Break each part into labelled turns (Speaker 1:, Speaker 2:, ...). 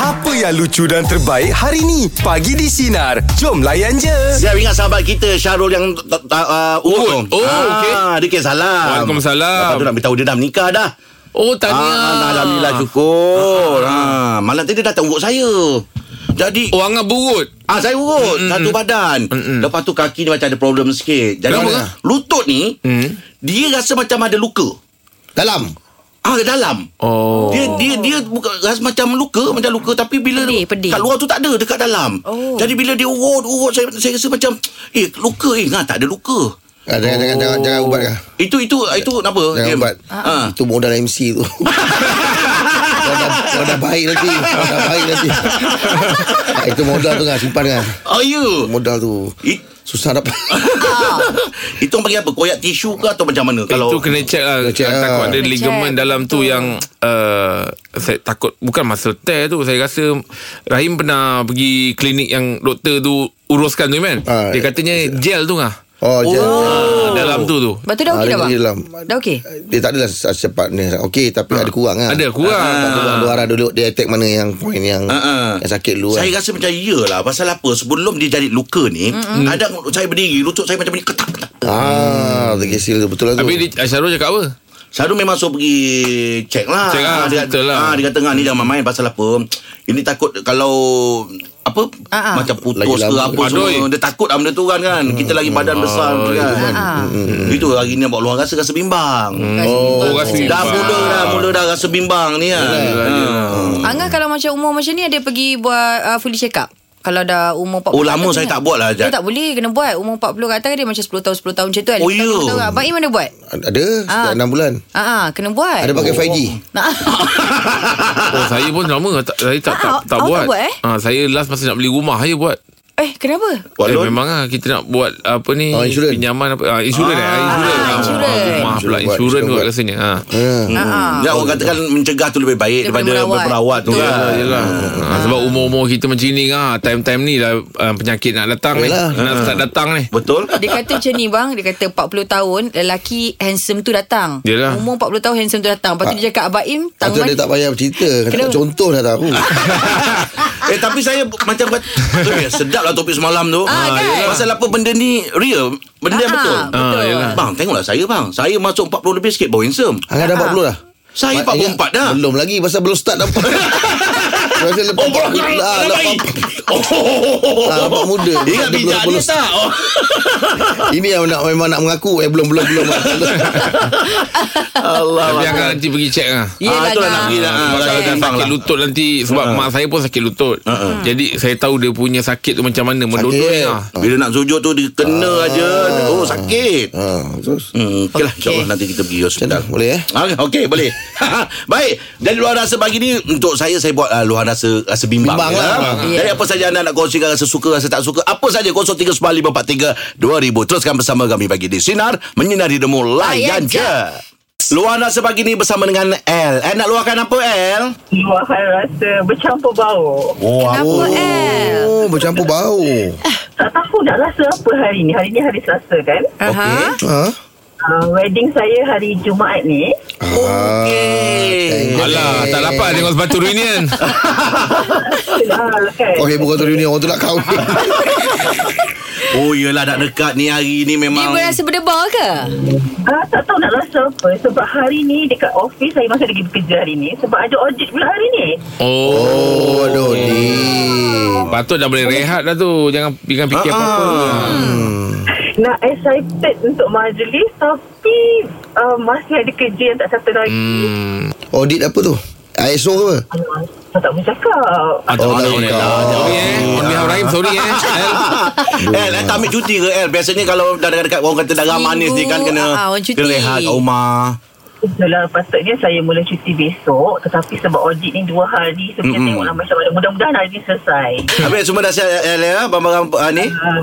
Speaker 1: Apa yang lucu dan terbaik hari ni? Pagi di Sinar. Jom layan je.
Speaker 2: Saya ingat sahabat kita Syarul yang ta, ta, uh, urut
Speaker 3: Urut. Oh, okey.
Speaker 2: Dia kira salam
Speaker 3: Waalaikumsalam.
Speaker 2: Lepas tu nak beritahu dia dah menikah dah
Speaker 3: Oh tanya
Speaker 2: ah, Alhamdulillah syukur ah. Malam tadi dia datang urut saya Jadi
Speaker 3: Oh Angah burut
Speaker 2: Ah saya urut mm satu badan. mm Lepas tu kaki dia macam ada problem sikit. Jadi
Speaker 3: Kenapa? Hmm.
Speaker 2: mana? lutut ni mm. dia rasa macam ada luka.
Speaker 4: Dalam
Speaker 2: Ah ke dalam.
Speaker 3: Oh
Speaker 2: Dia dia dia buka, rasa macam luka, macam luka tapi bila
Speaker 5: Pedih, pedih.
Speaker 2: kat luar tu tak ada, dekat dalam.
Speaker 5: Oh.
Speaker 2: Jadi bila dia urut urut saya saya rasa macam eh luka eh ngah tak ada luka.
Speaker 4: ah, jangan, jangan, jangan, jangan ubat kah?
Speaker 2: Itu itu itu
Speaker 5: Ya.
Speaker 2: apa?
Speaker 4: Jangan
Speaker 2: Jim?
Speaker 4: ubat
Speaker 2: Oh. Ah.
Speaker 4: Itu modal MC tu Kau dah, kau dah baik nanti Kau dah baik nanti Ah, Itu modal tu kan Simpan kan
Speaker 2: Oh you.
Speaker 4: Modal tu
Speaker 2: It,
Speaker 4: Susah dapat
Speaker 2: itu orang panggil apa? Koyak tisu ke atau macam mana? Kalau
Speaker 3: kalau itu kena check lah
Speaker 4: Oh. Kena check
Speaker 3: Ah, takut
Speaker 4: lah.
Speaker 3: ada
Speaker 5: Kena
Speaker 3: ligamen
Speaker 5: check,
Speaker 3: dalam tu
Speaker 5: betul.
Speaker 3: yang uh, saya takut bukan muscle tear tu saya rasa Rahim pernah pergi klinik yang doktor tu uruskan tu kan
Speaker 4: Ah,
Speaker 3: dia katanya gel tu ngah
Speaker 4: Oh, jangan
Speaker 3: Ah, dalam tu tu
Speaker 5: Lepas tu dah
Speaker 4: Ah,
Speaker 5: okey
Speaker 4: dia
Speaker 5: dah bang?
Speaker 4: pergi dalam.
Speaker 5: Dah okey?
Speaker 4: Dia tak adalah secepat ni Okey tapi
Speaker 2: Ah.
Speaker 4: ada kurang kan
Speaker 3: Ada kurang.
Speaker 4: Tak tahu bang, dua arah dulu Dia attack mana yang Point yang
Speaker 2: Ah, ah.
Speaker 4: Yang sakit dulu
Speaker 2: Saya
Speaker 4: kan
Speaker 2: rasa macam iyalah Pasal apa Sebelum dia jadi luka ni mm-hmm. Kadang saya berdiri Lutut saya macam ni Ketak-ketak
Speaker 4: Ah
Speaker 2: Hmm.
Speaker 4: Terkesil tu, betul lah tu
Speaker 3: Habis dia, Syarul cakap apa?
Speaker 2: Selalu memang suruh pergi Cek lah
Speaker 3: Check lah,
Speaker 2: dia,
Speaker 3: betul
Speaker 2: ah,
Speaker 3: lah.
Speaker 2: dia kata "Ngah, ni jangan main Pasal apa Ini takut kalau Apa
Speaker 5: Ah, ah.
Speaker 2: Macam putus
Speaker 4: Lagi
Speaker 2: ke
Speaker 4: lama.
Speaker 2: apa semua
Speaker 3: Adoi.
Speaker 2: Dia takut lah benda tu kan, kan? Kita lagi badan
Speaker 3: Hmm.
Speaker 2: besar kan?
Speaker 5: Ah.
Speaker 2: Itu hari ni Buat luar rasa Rasa bimbang
Speaker 3: Oh, rasa
Speaker 2: Dah
Speaker 3: bimbang. Ah.
Speaker 2: mula dah Mula dah rasa bimbang ni kan Ah.
Speaker 5: Angah kalau macam umur macam ni Ada pergi buat uh, fully check up kalau dah umur 40
Speaker 2: Oh, lama
Speaker 5: ke
Speaker 2: saya
Speaker 5: atas
Speaker 2: tak buat lah,
Speaker 5: Dia
Speaker 2: Jad.
Speaker 5: tak boleh kena buat Umur 40 ke atas dia macam 10 tahun 10 tahun macam tu kan
Speaker 2: Oh,
Speaker 5: Lima tahun,
Speaker 2: ya.
Speaker 5: lima tahun. Abang Im mana buat?
Speaker 4: Ada Setiap
Speaker 5: Ah.
Speaker 4: 6 bulan
Speaker 5: Ah, ah, kena buat
Speaker 4: Ada pakai 5G Ah.
Speaker 3: Oh, saya pun lama tak, saya tak,
Speaker 5: Ah,
Speaker 3: tak,
Speaker 5: awak-
Speaker 3: tak
Speaker 5: awak tak
Speaker 3: buat.
Speaker 5: buat, eh?
Speaker 3: Ah, saya last masa nak beli rumah saya buat.
Speaker 5: Eh kenapa?
Speaker 2: Buat
Speaker 3: eh,
Speaker 2: loan?
Speaker 3: memang lah kita nak buat apa ni
Speaker 4: Oh, insurans.
Speaker 3: pinjaman apa ah, insurans ah, eh insurans
Speaker 5: ah,
Speaker 3: ah,
Speaker 5: insurans.
Speaker 3: rumah pula
Speaker 4: Insurans buat,
Speaker 3: insurans
Speaker 4: insurans
Speaker 3: kot
Speaker 4: buat.
Speaker 3: rasanya ha
Speaker 4: Ah.
Speaker 5: Ah, ah.
Speaker 2: Ya, orang katakan mencegah tu lebih baik
Speaker 5: Daripada
Speaker 2: daripada
Speaker 5: merawat.
Speaker 2: berperawat tu
Speaker 5: Betul.
Speaker 3: Ya.
Speaker 2: kan.
Speaker 3: Yelah. Ha, sebab umur-umur kita macam ni ah time-time ni lah ah, penyakit nak datang ni.
Speaker 4: Yelah.
Speaker 3: Nak start datang ni.
Speaker 2: Betul?
Speaker 5: Dia kata macam ni bang Dia kata 40 tahun Lelaki handsome tu datang
Speaker 3: Yelah.
Speaker 5: Umur 40 tahun handsome tu datang Lepas tu dia cakap Abang Im
Speaker 4: Ah. Lepas tu
Speaker 5: tangan
Speaker 4: dia tak payah cerita
Speaker 5: Kenapa?
Speaker 4: Kena contoh dah tahu
Speaker 2: eh tapi saya macam kata eh, sedap lah topik semalam tu.
Speaker 5: Ah, kan?
Speaker 2: yelah. Pasal apa benda ni real, benda yang
Speaker 5: Ah,
Speaker 2: betul.
Speaker 5: betul.
Speaker 3: Ah, yelah.
Speaker 2: Bang, tengoklah saya bang. Saya masuk 40 lebih sikit baru handsome.
Speaker 4: Angah dah 40 dah
Speaker 2: Saya
Speaker 4: Maknanya
Speaker 2: 44 dah.
Speaker 4: Belum lagi Pasal belum start dapat Pasal lepas
Speaker 2: Oh, belum
Speaker 4: Ah,
Speaker 2: dah
Speaker 4: lepas-
Speaker 2: baik. Oh.
Speaker 4: Ah, nampak muda.
Speaker 2: Ingat
Speaker 4: Dia
Speaker 2: bijak dia
Speaker 4: belum-
Speaker 2: tak? Oh.
Speaker 4: Ini yang nak, memang nak mengaku Eh belum belum belum
Speaker 2: Allah.
Speaker 3: Tapi akan nanti pergi check ah.
Speaker 5: Yelah,
Speaker 2: Ah, itulah nak
Speaker 5: Angah.
Speaker 2: pergi dah. Ah,
Speaker 3: Sebab
Speaker 2: dah-
Speaker 3: saya
Speaker 2: dah datang
Speaker 3: sakit
Speaker 2: lah.
Speaker 3: lutut nanti Sebab mak saya pun sakit lutut Jadi saya tahu dia punya Ah, sakit tu macam mana Mendodol ni lah
Speaker 2: Bila nak sujud tu dia kena aja. Oh, sakit.
Speaker 4: ah, Terus
Speaker 2: Hmm, okay lah.
Speaker 5: Okey.
Speaker 2: InsyaAllah nanti kita pergi hospital.
Speaker 4: Macam mana? Boleh, eh?
Speaker 2: Ah, Okey, okay, boleh. Baik. Dari luar rasa pagi ni, untuk saya, saya buat uh, luar rasa rasa bimbang. Hmm.
Speaker 4: Bimbang lah.
Speaker 5: Ya.
Speaker 2: Jadi apa saja anda nak kongsikan, rasa suka, rasa tak suka, apa saja, 0395432000. Teruskan bersama kami bagi di Sinar, Menyinari Demo, Layan
Speaker 5: Layan je.
Speaker 2: Je. Luar rasa pagi ni bersama dengan L. Eh, nak luahkan apa, L?
Speaker 6: Luahan rasa bercampur bau.
Speaker 2: Oh,
Speaker 5: Kenapa eh
Speaker 4: Oh bercampur bau
Speaker 6: Tak tahu nak rasa apa hari ni. Hari ni hari Selasa kan?
Speaker 5: Aha.
Speaker 4: Ha?
Speaker 6: Uh, wedding saya hari Jumaat ni.
Speaker 4: Okay
Speaker 5: Eh.
Speaker 3: Alah tak dapat tengok sepatu reunion
Speaker 6: Ah, kan?
Speaker 4: Kau heboh kau tu dunia Orang tu nak kahwin
Speaker 2: Oh, yelah nak dekat ni hari ni
Speaker 5: Dia
Speaker 2: memang.
Speaker 5: berasa berdebar ke?
Speaker 6: Ah, tak tahu nak rasa apa. Sebab hari ni dekat office saya masih lagi bekerja hari ni. Sebab ada audit pula hari ni.
Speaker 3: Oh
Speaker 4: Oh aduh ni
Speaker 3: Patut dah boleh rehat dah tu Jangan, jangan fikir apa-apa
Speaker 6: Nak excited untuk majlis tapi uh, masih ada kerja yang tak settle lagi.
Speaker 4: Audit apa tu ISO ke apa
Speaker 6: Hmm. Ah, tak boleh cakap.
Speaker 3: Ah, tak
Speaker 4: Oh, tak
Speaker 3: boleh,
Speaker 4: boleh.
Speaker 3: boleh. Ah, Sorry eh On behalf Rahim sorry eh Al.
Speaker 2: El, El tak ambil cuti ke El? Biasanya kalau dah dekat orang kata darah manis ni kan kena
Speaker 5: Ah, orang cuti.
Speaker 2: kena rehat kat rumah.
Speaker 6: Itulah patutnya saya mula cuti besok Tetapi sebab audit ni dua hari So kita
Speaker 2: Mm-mm.
Speaker 6: mm-hmm. tengoklah macam mana Mudah-mudahan hari ni selesai
Speaker 2: Habis semua dah siap El ya, barang-barang ah, ni.
Speaker 6: uh,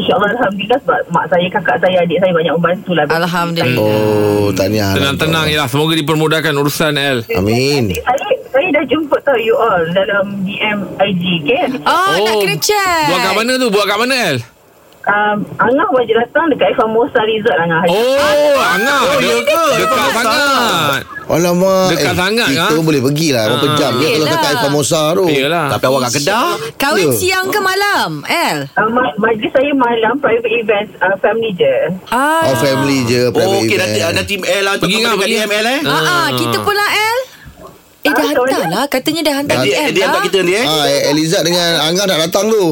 Speaker 6: InsyaAllah Alhamdulillah Sebab mak saya, kakak saya, adik saya banyak membantu lah
Speaker 5: Alhamdulillah
Speaker 4: Oh tahniah
Speaker 3: Tenang-tenang
Speaker 2: ya.
Speaker 3: je lah Semoga dipermudahkan urusan El
Speaker 4: Amin
Speaker 6: saya, saya dah jumpa tau you all Dalam DM IG kan
Speaker 5: Oh, nak kena check
Speaker 3: Buat kat mana tu Buat kat mana El
Speaker 6: uh, um, Angah wajib datang dekat Famosa Resort Angah.
Speaker 3: Oh, Angah.
Speaker 2: Oh, ya ke?
Speaker 3: Dekat
Speaker 2: Bagus
Speaker 3: sangat.
Speaker 4: Alamak eh,
Speaker 3: Dekat sangat,
Speaker 4: Kita
Speaker 3: ah.
Speaker 4: pun boleh pergilah Berapa
Speaker 3: Ah.
Speaker 4: jam Dia kalau
Speaker 5: Yelah.
Speaker 4: kata Famosa tu
Speaker 3: Yelah.
Speaker 2: Tapi awak kat Kedah
Speaker 5: Kahwin
Speaker 4: Ya.
Speaker 5: siang ke malam, El?
Speaker 6: Uh, ma- majlis saya malam private event uh, family je.
Speaker 5: Ah.
Speaker 4: Oh family je private
Speaker 2: Oh, okey
Speaker 4: event.
Speaker 2: nanti nanti ML lah
Speaker 3: Pergi dengan
Speaker 2: dekat
Speaker 3: pergi.
Speaker 2: DML eh.
Speaker 5: Ah, ah, kita pula El. Eh dah
Speaker 6: Ah,
Speaker 5: hantar
Speaker 6: sorry.
Speaker 5: lah Katanya dah hantar
Speaker 2: Dia
Speaker 5: DM
Speaker 2: dia
Speaker 5: lah
Speaker 2: kat kita ni eh.
Speaker 4: Ah, Eliza dengan Angah nak datang tu.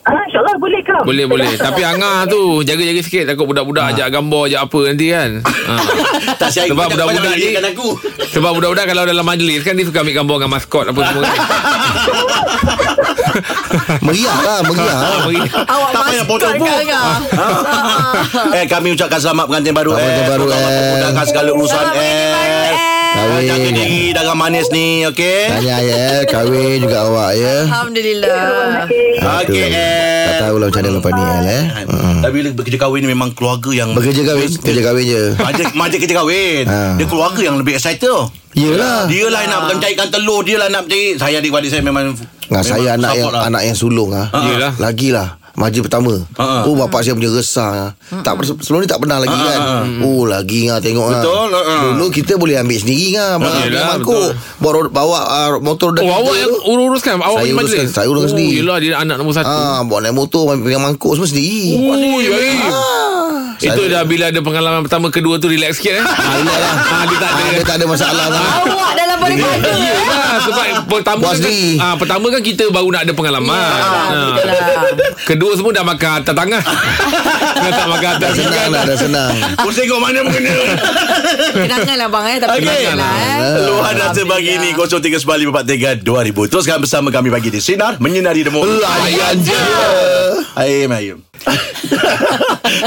Speaker 6: Ah, InsyaAllah boleh kau.
Speaker 3: Boleh boleh Tapi Angah tu Jaga-jaga sikit Takut
Speaker 4: Ah.
Speaker 3: budak-budak ajak gambar Ajak apa nanti kan ha.
Speaker 2: Tak saya
Speaker 3: Sebab
Speaker 2: banyak-
Speaker 3: budak-budak
Speaker 2: banyak
Speaker 3: ni
Speaker 2: larikan aku.
Speaker 3: Sebab budak-budak Kalau dalam majlis kan Dia suka ambil gambar Dengan maskot apa semua
Speaker 4: Ah.
Speaker 3: kan
Speaker 4: Meriah lah, meriah.
Speaker 3: Ha,
Speaker 4: lah.
Speaker 3: beri-
Speaker 5: Awak
Speaker 2: Tak payah potong
Speaker 5: masukkan
Speaker 2: pun.
Speaker 5: kat Angah.
Speaker 2: Eh kami ucapkan selamat pengantin baru
Speaker 4: Ah.
Speaker 2: eh.
Speaker 4: Selamat pengantin baru,
Speaker 2: Selamat
Speaker 4: eh.
Speaker 2: memudahkan segala urusan
Speaker 5: Selamat
Speaker 2: eh.
Speaker 5: pengantin baru, eh.
Speaker 2: Ah, Jaga
Speaker 4: Kahwin.
Speaker 2: diri dagang manis ni okey.
Speaker 4: Tanya ya, kahwin juga awak ya. Ah,
Speaker 5: Alhamdulillah
Speaker 6: Okey.
Speaker 2: Okey eh.
Speaker 4: Tak tahulah macam mana lepas ni El eh.
Speaker 2: Mm. Tapi bila bekerja kahwin ni memang keluarga yang
Speaker 4: Bekerja kahwin, kerja kahwin je.
Speaker 2: Majlis, majlis kerja kahwin
Speaker 4: Ha.
Speaker 2: Dia keluarga yang lebih excited tau
Speaker 4: Yelah.
Speaker 2: Dia lah nak bukan cairkan telur Dia lah nak cari Saya adik-adik saya memang
Speaker 4: Ah.
Speaker 2: memang
Speaker 4: Nah, saya anak
Speaker 2: support
Speaker 4: yang
Speaker 2: lah.
Speaker 4: anak yang sulung ah.
Speaker 3: Ah. Yelah.
Speaker 4: Lagilah majlis pertama.
Speaker 2: Ah.
Speaker 4: Oh bapak saya punya resah. ah. Tak pernah- sebelum ni tak pernah lagi
Speaker 2: Ah,
Speaker 4: kan.
Speaker 2: ah,
Speaker 4: Oh lagi ngah tengok ah.
Speaker 2: Betul, ah, ah.
Speaker 4: Dulu kita boleh ambil sendiri ngah.
Speaker 3: yelah,
Speaker 4: Mangkuk bawa bawa ah, motor
Speaker 3: Oh awak
Speaker 4: kita
Speaker 3: yang
Speaker 4: tu.
Speaker 3: urus-uruskan Awak
Speaker 4: Saya
Speaker 3: pergi majlis
Speaker 4: uruskan, saya uruskan
Speaker 3: Oh,
Speaker 4: sendiri.
Speaker 3: Yelah dia anak nombor satu
Speaker 4: Ah, bawa naik motor pegang mangkuk semua sendiri.
Speaker 3: Ui, baik. Itu
Speaker 4: Ah.
Speaker 3: dah bila ada pengalaman pertama kedua tu relax sikit eh. Ah,
Speaker 4: Yalah.
Speaker 3: dia tak
Speaker 4: Ah,
Speaker 3: ada.
Speaker 4: dia tak ada masalah lah.
Speaker 5: Awak dalam pada pada
Speaker 3: Yelah, Ya lah, sebab pertama
Speaker 4: Buat
Speaker 3: kan,
Speaker 4: sendiri.
Speaker 3: ah, pertama kan kita baru nak ada pengalaman.
Speaker 4: Ya,
Speaker 3: Ah. Kedua semua dah makan atas tangan. dah tak makan atas
Speaker 4: Dah senang lah.
Speaker 3: tangan.
Speaker 4: dah, dah senang.
Speaker 2: Kau tengok mana mengena
Speaker 5: Kenangan lah bang eh Tapi
Speaker 2: Okey.
Speaker 5: kenangan lah eh
Speaker 2: Luahan rasa pagi ni 0395432000 Teruskan bersama kami bagi di Sinar Menyinari Demo
Speaker 4: Layan je.
Speaker 2: Aim Aim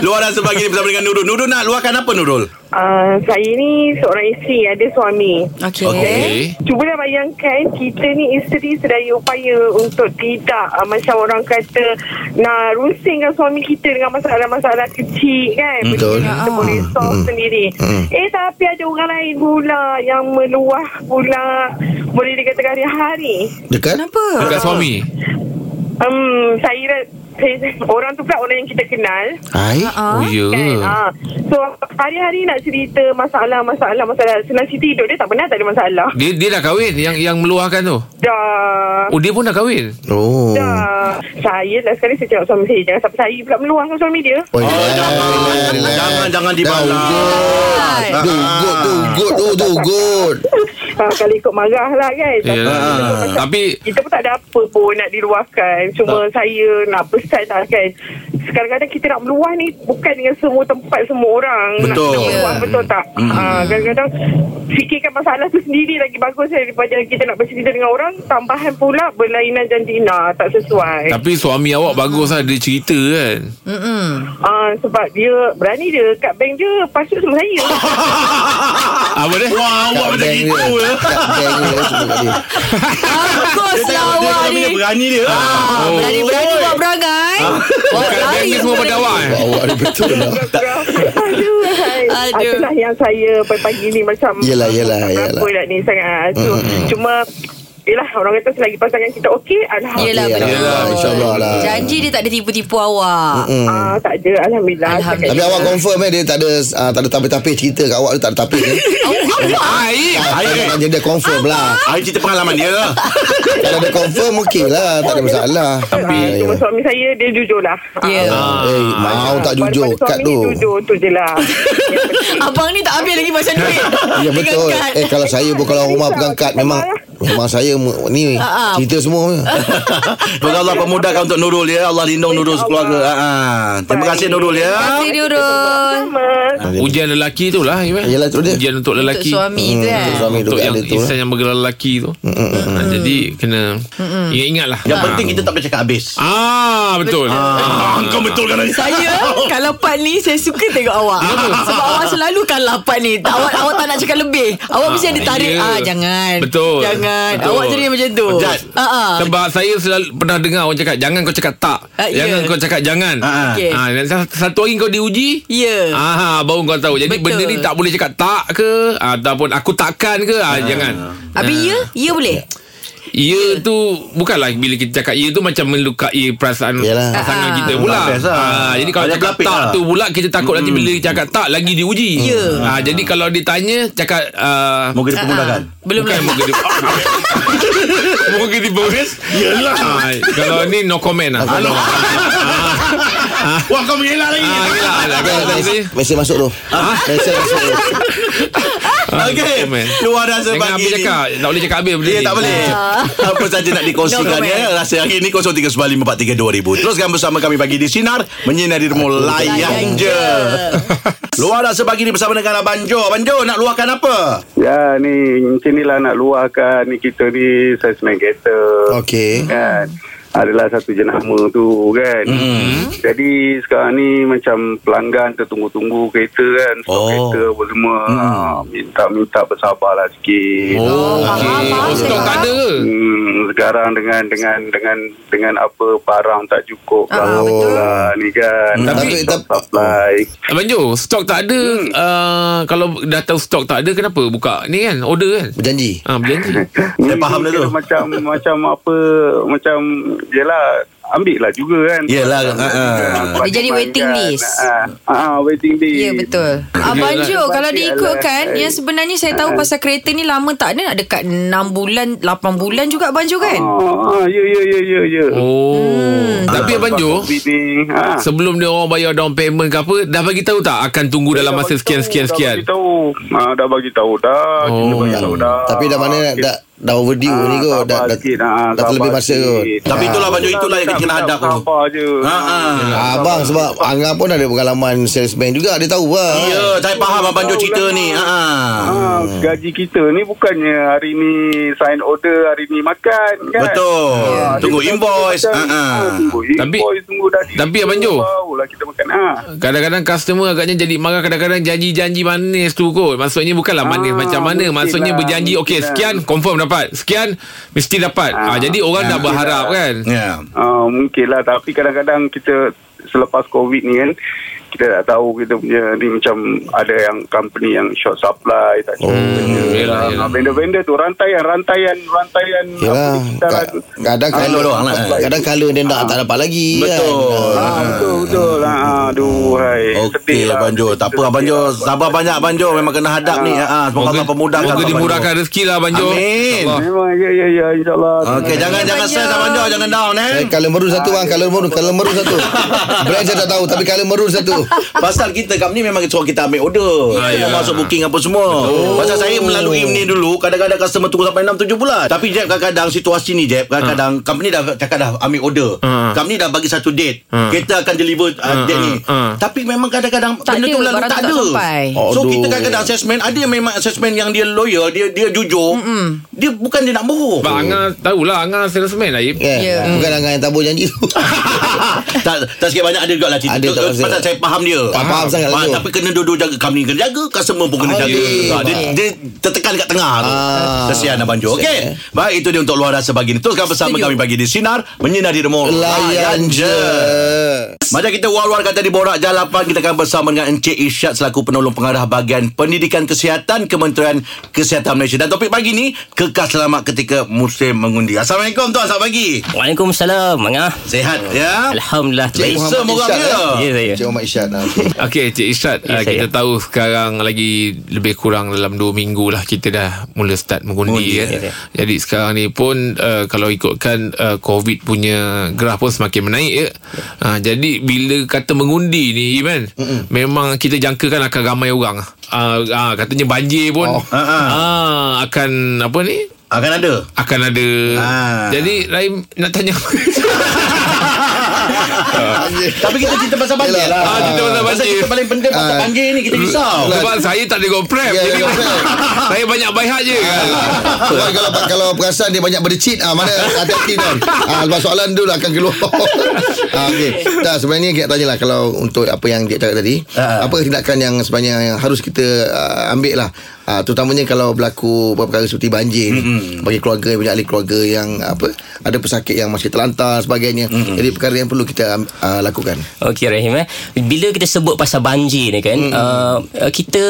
Speaker 2: Luahan rasa pagi ni bersama dengan Nurul Nurul nak luahkan apa Nurul?
Speaker 6: Uh, saya ni seorang isteri, ada suami.
Speaker 5: Okay,
Speaker 3: Okey.
Speaker 6: Cubalah bayangkan kita ni isteri sedaya upaya untuk tidak uh, macam orang kata nak rusingkan suami kita dengan masalah-masalah kecil kan.
Speaker 4: Betul.
Speaker 6: Benda Kita boleh solve sendiri. Eh tapi ada orang lain pula yang meluah pula boleh dikatakan hari-hari.
Speaker 4: Dekat?
Speaker 5: Kenapa?
Speaker 3: Dekat suami.
Speaker 6: Um, saya, ra- saya orang tu pula orang yang kita kenal.
Speaker 4: Hai?
Speaker 5: Ah.
Speaker 3: Oh ya.
Speaker 6: Kan? Ha. So hari-hari nak cerita masalah-masalah masalah. Senang cerita hidup dia tak pernah tak ada masalah.
Speaker 3: Dia dia dah kahwin yang yang meluahkan tu.
Speaker 6: Dah.
Speaker 3: Oh dia pun dah kahwin.
Speaker 4: Oh.
Speaker 6: Dah. Saya last kali saya cakap suami saya Jangan sampai saya pula meluahkan suami dia
Speaker 4: Oh,
Speaker 2: jangan. Jangan, jangan dibalas.
Speaker 4: Dah, good. Tu, good, tu, good, tu, tu, good.
Speaker 6: ha, Kali ikut marah lah kan
Speaker 3: Ya.
Speaker 6: Tapi
Speaker 4: Ah,
Speaker 3: Yelah. Tapi
Speaker 6: Kita pun tak ada apa pun Nak diluahkan Cuma saya nak pesan lah kan Kadang-kadang kita nak meluah ni Bukan dengan semua tempat Semua orang Nak
Speaker 2: Betul.
Speaker 6: kita meluah
Speaker 5: Ya.
Speaker 6: betul tak
Speaker 3: Hmm.
Speaker 6: ha, Kadang-kadang Fikirkan masalah tu sendiri Lagi bagus kan, Daripada kita nak bercerita dengan orang Tambahan pula Berlainan jantina Tak sesuai
Speaker 3: tapi suami awak bagus lah dia cerita kan.
Speaker 5: Mm-mm.
Speaker 6: Ah, sebab dia berani dia kat bank dia pasut sama saya.
Speaker 3: Ah, Apa dia?
Speaker 2: Wah, awak macam
Speaker 4: Bang
Speaker 2: gitu
Speaker 4: dia.
Speaker 2: ya.
Speaker 4: Kat bang dia, sebut kat dia.
Speaker 5: Bagus lah
Speaker 2: Dia
Speaker 5: awak
Speaker 2: kalau
Speaker 5: ni
Speaker 2: punya berani dia.
Speaker 5: Ah,
Speaker 3: Oh.
Speaker 5: Berani-berani buat berangai Buat
Speaker 3: Dekat bank
Speaker 5: lari
Speaker 3: ni semua pada awak eh.
Speaker 4: Wah, Awak ni betul lah.
Speaker 6: Aduh.
Speaker 5: Aduh.
Speaker 6: Aduh. Itulah yang saya pagi-pagi ni macam
Speaker 4: Yelah, yelah,
Speaker 6: tak
Speaker 4: yelah. Mm,
Speaker 6: berapa nak ni sangat. So, Cuma Yelah orang kata selagi pasangan kita okey
Speaker 5: Yelah
Speaker 6: Alhamdulillah.
Speaker 4: Yelah,
Speaker 5: betul
Speaker 4: insyaAllah lah.
Speaker 5: Janji dia tak ada tipu-tipu awak
Speaker 4: Mm.
Speaker 6: Ah, tak ada Alhamdulillah.
Speaker 5: Alhamdulillah.
Speaker 4: Tapi awak confirm eh Dia tak ada ah, Tak ada tapir-tapir cerita kat awak tu Tak ada tapir eh?
Speaker 3: Air.
Speaker 4: Ah, Dia dia confirm lah
Speaker 2: Ah, cerita pengalaman dia.
Speaker 4: Kalau dia confirm okey lah Tak ada masalah
Speaker 6: Tapi eh,
Speaker 4: Ah,
Speaker 6: cuma
Speaker 4: ya.
Speaker 6: suami saya dia jujur lah.
Speaker 5: Ya
Speaker 4: Eh
Speaker 6: Ah.
Speaker 4: mau tak jujur
Speaker 6: Pada- pada
Speaker 4: Kat
Speaker 6: suami
Speaker 4: tu
Speaker 6: ni jujur tu je lah.
Speaker 5: Abang ni tak habis lagi macam duit
Speaker 4: Ya betul
Speaker 5: Dengan kad.
Speaker 4: Eh kalau saya pun Kalau rumah pegang kad Memang
Speaker 6: eh.
Speaker 4: Memang saya mu- Ni
Speaker 5: Ah, ah.
Speaker 4: Cerita semua
Speaker 2: Semoga Allah pemudahkan untuk Nurul ya. Allah lindung Nurul sekeluarga. Ah, ah. Terima kasih Nurul ya.
Speaker 5: Terima kasih Nurul
Speaker 6: Sama.
Speaker 3: Ujian lelaki tu lah Iman.
Speaker 4: Yelah, tu dia.
Speaker 3: Ujian untuk
Speaker 5: Untuk
Speaker 3: lelaki
Speaker 5: suami tu kan
Speaker 4: Untuk Hmm, suami tu
Speaker 3: Untuk
Speaker 4: kat
Speaker 3: yang
Speaker 4: dia tu eh.
Speaker 3: insan yang bergelar lelaki tu ha, Jadi kena Ingat-ingat lah
Speaker 2: Yang penting kita tak boleh cakap habis.
Speaker 3: Ah betul.
Speaker 2: Ah,
Speaker 3: Ah,
Speaker 2: kau betul kan Ali?
Speaker 5: Saya kalau part ni saya suka tengok awak. Sebab awak selalu kalah part ni. Awak awak tak nak cakap lebih. Awak mesti ada tarik
Speaker 3: ya.
Speaker 5: ah jangan.
Speaker 3: Betul.
Speaker 5: Jangan.
Speaker 3: Betul.
Speaker 5: Awak jadi macam tu.
Speaker 2: Pedat.
Speaker 5: Ha ah.
Speaker 3: Sebab saya selalu pernah dengar orang cakap jangan kau cakap tak.
Speaker 5: Ah, ya.
Speaker 3: jangan kau cakap jangan.
Speaker 2: Ah, ah.
Speaker 5: Okey.
Speaker 3: Ah, dan sa- satu hari kau diuji
Speaker 5: Ya.
Speaker 3: Ah, baru kau tahu. Jadi
Speaker 5: Betul.
Speaker 3: benda ni tak boleh cakap tak ke ataupun aku takkan ke ah, jangan.
Speaker 5: Habis ya? Ya boleh.
Speaker 3: Ya tu Bukanlah bila kita cakap Ya tu macam melukai Perasaan
Speaker 4: Yalah.
Speaker 3: pasangan
Speaker 5: Ah.
Speaker 3: kita pula
Speaker 2: Tak best lah.
Speaker 3: Ah, Jadi kalau
Speaker 2: Banyak
Speaker 3: cakap
Speaker 2: kelapik
Speaker 3: tak
Speaker 2: lah. Hmm.
Speaker 3: tu pula Kita takut nanti bila cakap tak Lagi diuji
Speaker 5: Ya.
Speaker 3: Ah, Jadi kalau dia tanya Cakap ah,
Speaker 2: Moga dia
Speaker 5: Ah,
Speaker 2: permudahkan
Speaker 5: Belum
Speaker 3: Bukan
Speaker 5: lagi
Speaker 3: moga dia Moga dia beres Yelah Kalau ni no comment lah Hello
Speaker 2: Wah kau mengelak lagi
Speaker 3: Ah, yelah, yelah. Kalau tak boleh.
Speaker 4: Mesej masuk tu
Speaker 2: Ha?
Speaker 4: Mesej masuk tu
Speaker 3: Ah,
Speaker 2: Okay
Speaker 3: no comment.
Speaker 2: Luar dah
Speaker 3: Jangan
Speaker 2: sebagi
Speaker 3: habis cakap Tak boleh cakap habis benda
Speaker 2: Ya
Speaker 3: ni.
Speaker 2: tak boleh Apa saja nak dikongsikan
Speaker 5: No
Speaker 2: ya Rasa hari ini 0395432000 Teruskan bersama kami pagi di Sinar Menyinari demo layan je Luar dah sebagi ni bersama dengan Abang Jo Abang Jo nak luahkan apa?
Speaker 7: Ya ni macam ni lah nak luahkan ni kita ni saya senang kereta.
Speaker 4: Okey.
Speaker 7: Kan. Adalah satu jenama tu kan. Mm. Jadi sekarang ni macam pelanggan tertunggu-tunggu kereta kan. Stok
Speaker 2: Oh.
Speaker 7: kereta apa semua. Mm. Minta-minta bersabarlah sikit.
Speaker 3: Oh, okay.
Speaker 5: faham,
Speaker 3: Oh, stok
Speaker 5: faham.
Speaker 3: tak ada ke?
Speaker 7: Hmm, sekarang dengan dengan dengan dengan apa barang tak cukup
Speaker 5: Ah,
Speaker 7: lah,
Speaker 5: betul.
Speaker 7: lah ni kan
Speaker 4: Tapi-
Speaker 7: Stop
Speaker 4: tapi-
Speaker 7: supply
Speaker 3: Abang Jo, stok tak ada
Speaker 2: Hmm.
Speaker 3: uh, Kalau dah tahu stok tak ada Kenapa buka ni kan Order kan
Speaker 4: Berjanji
Speaker 3: Ah, berjanji
Speaker 2: Saya
Speaker 7: Ni
Speaker 2: faham dah
Speaker 7: kira
Speaker 2: tu.
Speaker 7: Macam macam apa macam jelah ambil lah juga kan.
Speaker 2: Yelah, ha, ha.
Speaker 7: Sebab
Speaker 5: Ah. Dia jadi
Speaker 7: memang
Speaker 5: waiting
Speaker 7: kan,
Speaker 5: list.
Speaker 7: Ah, ah, waiting list.
Speaker 5: Ya betul Abang
Speaker 3: Yelah.
Speaker 5: Jo Kalau
Speaker 7: Batik
Speaker 5: diikutkan
Speaker 7: alas.
Speaker 5: Yang sebenarnya saya tahu Pasal kereta ni lama tak ada Nak dekat 6 bulan 8 bulan juga Abang Jo kan
Speaker 7: Ah, ah, ya ya ya ya ya.
Speaker 3: Oh Tapi Abang Jo
Speaker 7: Covid ni. Ha.
Speaker 3: Sebelum dia orang bayar down payment ke apa Dah bagi tahu tak Akan tunggu dalam masa
Speaker 7: Dah bagi
Speaker 3: sekian-sekian-sekian
Speaker 7: tahu. Ah, dah bagi tahu dah. Kita
Speaker 3: Oh.
Speaker 7: bagi tahu dah.
Speaker 4: Tapi dah mana
Speaker 7: Kita-
Speaker 4: Dah dah overdue
Speaker 7: Ah,
Speaker 4: ni kot Dah
Speaker 7: sabar
Speaker 4: dah,
Speaker 7: sikit, ah,
Speaker 4: dah terlebih
Speaker 7: sabar
Speaker 4: masa
Speaker 7: sikit.
Speaker 4: kot
Speaker 2: Tapi
Speaker 4: Ah.
Speaker 2: itulah Abang Jo Itulah yang kena hadap tu
Speaker 7: Sabar je.
Speaker 2: Ha, ha.
Speaker 4: Ah, Abang sebab Angah pun ada pengalaman salesman juga Dia tahu lah
Speaker 2: Ya saya faham Abang Jo cerita ni ha, ha.
Speaker 7: Ah, gaji kita ni bukannya hari ni sign order, hari ni makan kan.
Speaker 2: Betul Oh, Tunggu invoice ha, ha.
Speaker 7: Ah, Tunggu
Speaker 3: Tapi-
Speaker 7: invoice, tunggu dah di-
Speaker 3: tapi Abang Jo.
Speaker 7: Barulah kita makan. Ha.
Speaker 3: Kadang-kadang customer agaknya jadi marah Kadang-kadang janji-janji manis tu kot Maksudnya bukanlah manis
Speaker 7: Ah,
Speaker 3: macam mana
Speaker 7: mungkin
Speaker 3: Maksudnya
Speaker 7: lah,
Speaker 3: berjanji
Speaker 7: mungkin
Speaker 3: Okey
Speaker 7: lah.
Speaker 3: sekian confirm dapat Sekian mesti dapat ah, Jadi orang dah berharap kan
Speaker 2: Ya
Speaker 7: Ah, mungkin lah. Tapi kadang-kadang kita selepas COVID ni kan, kita tak tahu kita punya ni macam ada yang company yang short supply tak cukup. Oh,
Speaker 3: yelah, yelah.
Speaker 7: Vendor-vendor tu rantaian, rantaian, rantaian.
Speaker 4: Yelah Ka- Kadang
Speaker 7: Ah,
Speaker 4: kalau
Speaker 2: doang lah.
Speaker 4: Kadang kalau dia nak tak dapat lagi
Speaker 2: Betul.
Speaker 4: kan?
Speaker 7: Ah, betul betul. Ah, aduh hai.
Speaker 2: Okey
Speaker 7: Sedih lah.
Speaker 2: Abang Jo Tak apa Abang Jo Sabar banyak Abang Jo Memang kena hadap ni ha, ha. Semoga Allah pemudahkan
Speaker 3: Moga
Speaker 2: Abang Jo.
Speaker 3: dimurahkan rezeki lah Abang Jo
Speaker 2: Amin.
Speaker 3: InsyaAllah.
Speaker 7: Memang ya ya ya insyaallah.
Speaker 2: Okey, jangan jangan stress Abang Jo, jangan down eh.
Speaker 4: Eh, Color maroon satu bang Color maroon Color maroon satu Brand saya tak tahu Tapi color maroon satu
Speaker 2: Pasal kita kat ni memang suruh kita ambil order.
Speaker 3: Ah,
Speaker 2: Kita
Speaker 3: ya.
Speaker 2: masuk booking apa semua. Pasal saya melalui ni dulu, kadang-kadang customer tunggu sampai 6 7 bulan. Tapi Jeb kadang-kadang situasi ni Jeb, kadang-kadang company dah cakap dah ambil order.
Speaker 3: Ah.
Speaker 2: Company dah bagi satu date.
Speaker 3: Ah.
Speaker 2: Kita akan deliver uh,
Speaker 3: Ah,
Speaker 2: date ni.
Speaker 3: ah, ah.
Speaker 2: Tapi memang kadang-kadang
Speaker 5: Tak
Speaker 2: benda
Speaker 5: ada,
Speaker 2: tu lalu
Speaker 5: barang
Speaker 2: tak
Speaker 5: tu tak
Speaker 2: ada.
Speaker 5: sampai.
Speaker 2: So
Speaker 4: Aduh.
Speaker 2: kita kadang-kadang assessment ada yang memang assessment yang dia loyal, dia dia jujur. Dia bukan dia nak bohong.
Speaker 3: Sebab Angah tahulah Angah salesman lah Ip.
Speaker 4: yeah.
Speaker 5: Ya.
Speaker 4: Kan? Bukan Angah yang tabur janji tu
Speaker 2: tak, tak sikit banyak ada juga lah cerita
Speaker 4: Ada
Speaker 2: tu.
Speaker 4: tak pasal.
Speaker 2: Pasal saya faham dia
Speaker 4: Tak faham sangat lah
Speaker 2: Ah,
Speaker 4: tu.
Speaker 2: Tapi kena dua-dua jaga Company kena jaga Customer pun kena
Speaker 4: Ah,
Speaker 2: jaga
Speaker 4: okey.
Speaker 2: Ah, dia, dia tertekan kat tengah tu
Speaker 4: Ah.
Speaker 2: Kesian Abang Jo
Speaker 4: Kesian, eh.
Speaker 2: Okay Baik itu dia untuk luar rasa pagi ni Teruskan bersama kami pagi di Sinar Menyinari Demo
Speaker 4: Layan je
Speaker 2: macam kita war-war kata di Borak Jalapan Kita akan bersama dengan Encik Isyad Selaku penolong pengarah bahagian Pendidikan Kesihatan Kementerian Kesihatan Malaysia Dan topik pagi ni Kekal selamat ketika musim mengundi Assalamualaikum Tuan Selamat pagi
Speaker 8: Waalaikumsalam Angah
Speaker 2: Sehat ya
Speaker 8: Alhamdulillah
Speaker 2: Cik
Speaker 8: baik.
Speaker 2: Isyad
Speaker 4: Muhammad
Speaker 2: orang
Speaker 4: Isyad,
Speaker 2: dia
Speaker 8: Ya saya
Speaker 4: Cik Muhammad Isyad ah, okey.
Speaker 3: Okey Cik Isyad
Speaker 8: Ya,
Speaker 3: uh, Kita
Speaker 8: saya.
Speaker 3: tahu sekarang lagi Lebih kurang dalam 2 minggu lah Kita dah mula start mengundi kan?
Speaker 8: ya, ya.
Speaker 3: Jadi sekarang ni pun uh, Kalau ikutkan uh, Covid punya graf pun semakin menaik ya? uh, Jadi bila kata mengundi ni Iman Memang kita jangkakan akan ramai orang uh, uh, Katanya banjir pun
Speaker 4: Oh.
Speaker 3: oh. uh, Akan apa ni
Speaker 2: Akan ada
Speaker 3: akan ada.
Speaker 2: Ha.
Speaker 3: Jadi Raim nak tanya
Speaker 2: Tapi kita cerita pasal banjir
Speaker 4: Yelah.
Speaker 2: lah
Speaker 3: Ah, cerita pasal
Speaker 2: Pasal
Speaker 3: banjir.
Speaker 2: kita paling benda pasal
Speaker 4: Ah.
Speaker 2: banjir ni Kita risau
Speaker 3: sebab saya tak ada go prep.
Speaker 4: Ya,
Speaker 3: jadi
Speaker 4: go prep.
Speaker 3: saya banyak bayar je.
Speaker 4: Sebab kalau kalau perasan dia banyak berdecit ah mana hati-hati kan. Ah lepas soalan dulu akan keluar. ah okey. Tak sebenarnya kita nak lah tanyalah kalau untuk apa yang dia cakap tadi,
Speaker 2: Ah.
Speaker 4: apa tindakan yang sebenarnya yang harus kita uh, ambil lah Ah, terutamanya kalau berlaku perkara seperti banjir mm-hmm. bagi keluarga banyak ahli keluarga yang apa ada pesakit yang masih terlantar sebagainya mm-hmm. jadi perkara yang perlu kita am- ah, lakukan
Speaker 8: Okey Rahim eh. Bila kita sebut pasal banjir ni kan, mm. uh, kita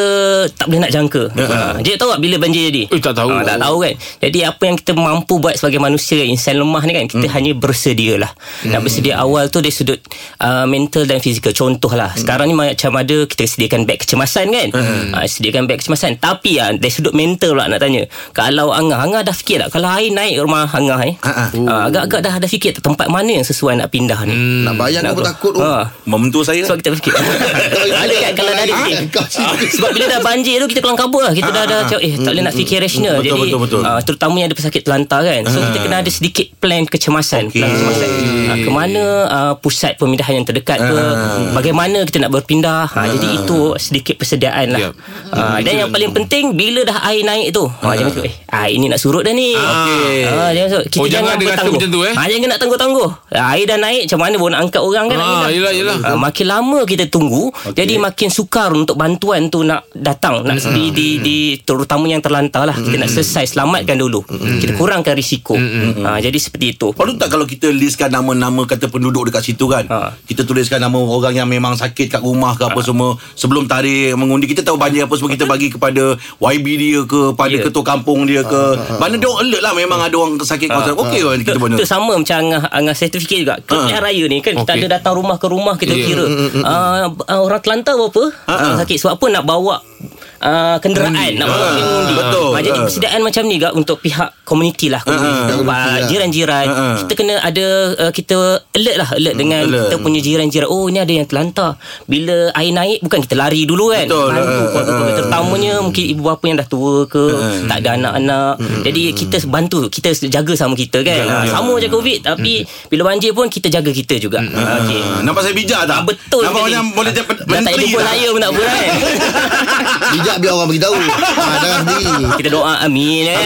Speaker 8: tak boleh nak jangka. Uh-huh. Jadi tahu tak bila banjir jadi?
Speaker 3: Ya. Eh, tak tahu.
Speaker 8: Ah, tak tahu kan. Jadi apa yang kita mampu buat sebagai manusia insan lemah ni kan,
Speaker 3: Mm.
Speaker 8: kita hanya bersedialah. Nak bersedia awal tu dari sudut uh, mental dan fizikal.
Speaker 3: Mm.
Speaker 8: Contohlah, sekarang ni macam ada kita sediakan beg kecemasan kan? Ah, sediakan beg kecemasan. Tapi ah dari sudut mental pula nak tanya. Kalau Angah, Angah dah fikir tak kalau air naik ke rumah Angah eh?
Speaker 2: Ah, ah.
Speaker 8: Ah, agak-agak dah ada fikir tak tempat mana yang sesuai nak pindah ni?
Speaker 3: Mm.
Speaker 4: nak bayang
Speaker 8: Nak
Speaker 4: aku
Speaker 8: apa?
Speaker 4: takut Hmm, tu
Speaker 8: Ah.
Speaker 2: Membentur saya
Speaker 8: Sebab kita fikir Ada kan kalau dah ada fikir
Speaker 2: Ah.
Speaker 4: Kau sini.
Speaker 8: sebab bila dah banjir tu kita kelang kabut lah kita dah dah cakap eh tak boleh nak fikir rasional
Speaker 2: Betul,
Speaker 8: jadi
Speaker 2: betul, betul.
Speaker 8: ah, terutamanya ada pesakit terlantar kan so kita kena ada sedikit plan kecemasan
Speaker 2: Okey.
Speaker 8: plan kecemasan Ah, ke mana ah, pusat pemindahan yang terdekat ke bagaimana kita nak berpindah Ah, jadi itu sedikit persediaan lah
Speaker 3: Yep.
Speaker 8: Ah, dan yang paling penting bila dah air naik tu ah, jangan cakap eh air ni nak surut dah ni
Speaker 3: Okey.
Speaker 8: Ah, jangan surut. kita
Speaker 3: Oh, jangan ada rasa
Speaker 8: bertangguh.
Speaker 3: macam tu, eh?
Speaker 8: Ah, jangan nak tangguh-tangguh Ah, air dah naik macam mana pun nak angkat orang kan nak
Speaker 3: Ah,
Speaker 8: pindah.
Speaker 3: yelah, yelah.
Speaker 8: Ah, makin lama kita tunggu okay. jadi makin sukar untuk bantuan tu nak datang nak di, di di terutama yang terlantar lah kita nak selesai selamatkan dulu kita kurangkan risiko ha, jadi seperti itu
Speaker 2: Patut tak kalau kita listkan nama-nama kata penduduk dekat situ kan
Speaker 8: Ha.
Speaker 2: Kita tuliskan nama orang yang memang sakit kat rumah ke apa semua Sebelum tarikh mengundi Kita tahu banjir apa semua Kita bagi kepada YB dia ke Pada
Speaker 8: Ya.
Speaker 2: ketua kampung dia ke Mana dia orang alert lah Memang ada orang sakit kawasan
Speaker 8: Ha,
Speaker 2: Okey kan kita
Speaker 8: Itu
Speaker 2: punya
Speaker 8: itu sama macam Angah, Angah saya terfikir juga Kelebihan
Speaker 2: Ha.
Speaker 8: raya ni kan Kita
Speaker 3: Okey.
Speaker 8: ada datang rumah ke rumah Kita
Speaker 3: Ya.
Speaker 8: kira Ah, b- ah, Orang Kelantan berapa
Speaker 2: Ha, ha.
Speaker 8: Orang Sakit sebab apa nak bawa ah, Kenderaan Nak bawa
Speaker 2: Ha,
Speaker 8: pengundi
Speaker 2: betul.
Speaker 8: Ah, Jadi
Speaker 2: Ha.
Speaker 8: persediaan macam ni juga Untuk pihak komuniti lah
Speaker 2: Ha,
Speaker 8: komuniti,
Speaker 4: ha.
Speaker 8: ah, Jiran-jiran
Speaker 2: Ha, ha.
Speaker 8: Kita kena ada ah, Kita alert lah Alert dengan
Speaker 2: alert.
Speaker 8: Kita punya jiran-jiran Oh ni ada yang terlantar Bila air naik Bukan kita lari dulu kan
Speaker 2: Betul.
Speaker 8: Bantu
Speaker 2: Ha, ha.
Speaker 8: keluarga-keluarga. Terutamanya mungkin ibu bapa yang dah tua ke Tak ada anak-anak Jadi kita bantu Kita jaga sama kita kan Ah, Sama je COVID Tapi bila banjir pun Kita jaga kita juga Ah, Okey
Speaker 2: Ha, Nampak saya bijak tak?
Speaker 8: Ha, Betul
Speaker 2: Nampak
Speaker 8: sekali.
Speaker 2: macam boleh jadi
Speaker 8: Dah tak ada
Speaker 2: menteri
Speaker 8: pun
Speaker 2: tak?
Speaker 8: raya pun tak apa kan
Speaker 4: bijak biar orang beritahu ah, jangan sendiri
Speaker 8: Kita doa amin eh.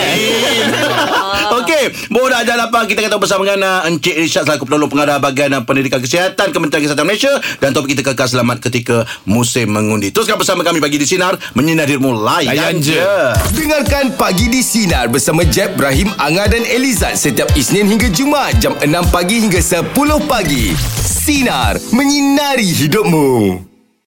Speaker 2: Okey, Borak Jalan Lapang kita kata bersama dengan uh, Encik Rishad selaku penolong pengarah bahagian uh, pendidikan kesihatan Kementerian Kesihatan Malaysia dan topik kita kekal selamat ketika musim mengundi. Teruskan bersama kami bagi di sinar menyinari dirimu layan
Speaker 3: Layan
Speaker 2: je.
Speaker 3: je.
Speaker 1: Dengarkan Pagi di Sinar bersama Jeb, Ibrahim, Anga dan Elizad setiap Isnin hingga Jumaat jam 6 pagi hingga 10 pagi. Sinar, menyinari hidupmu.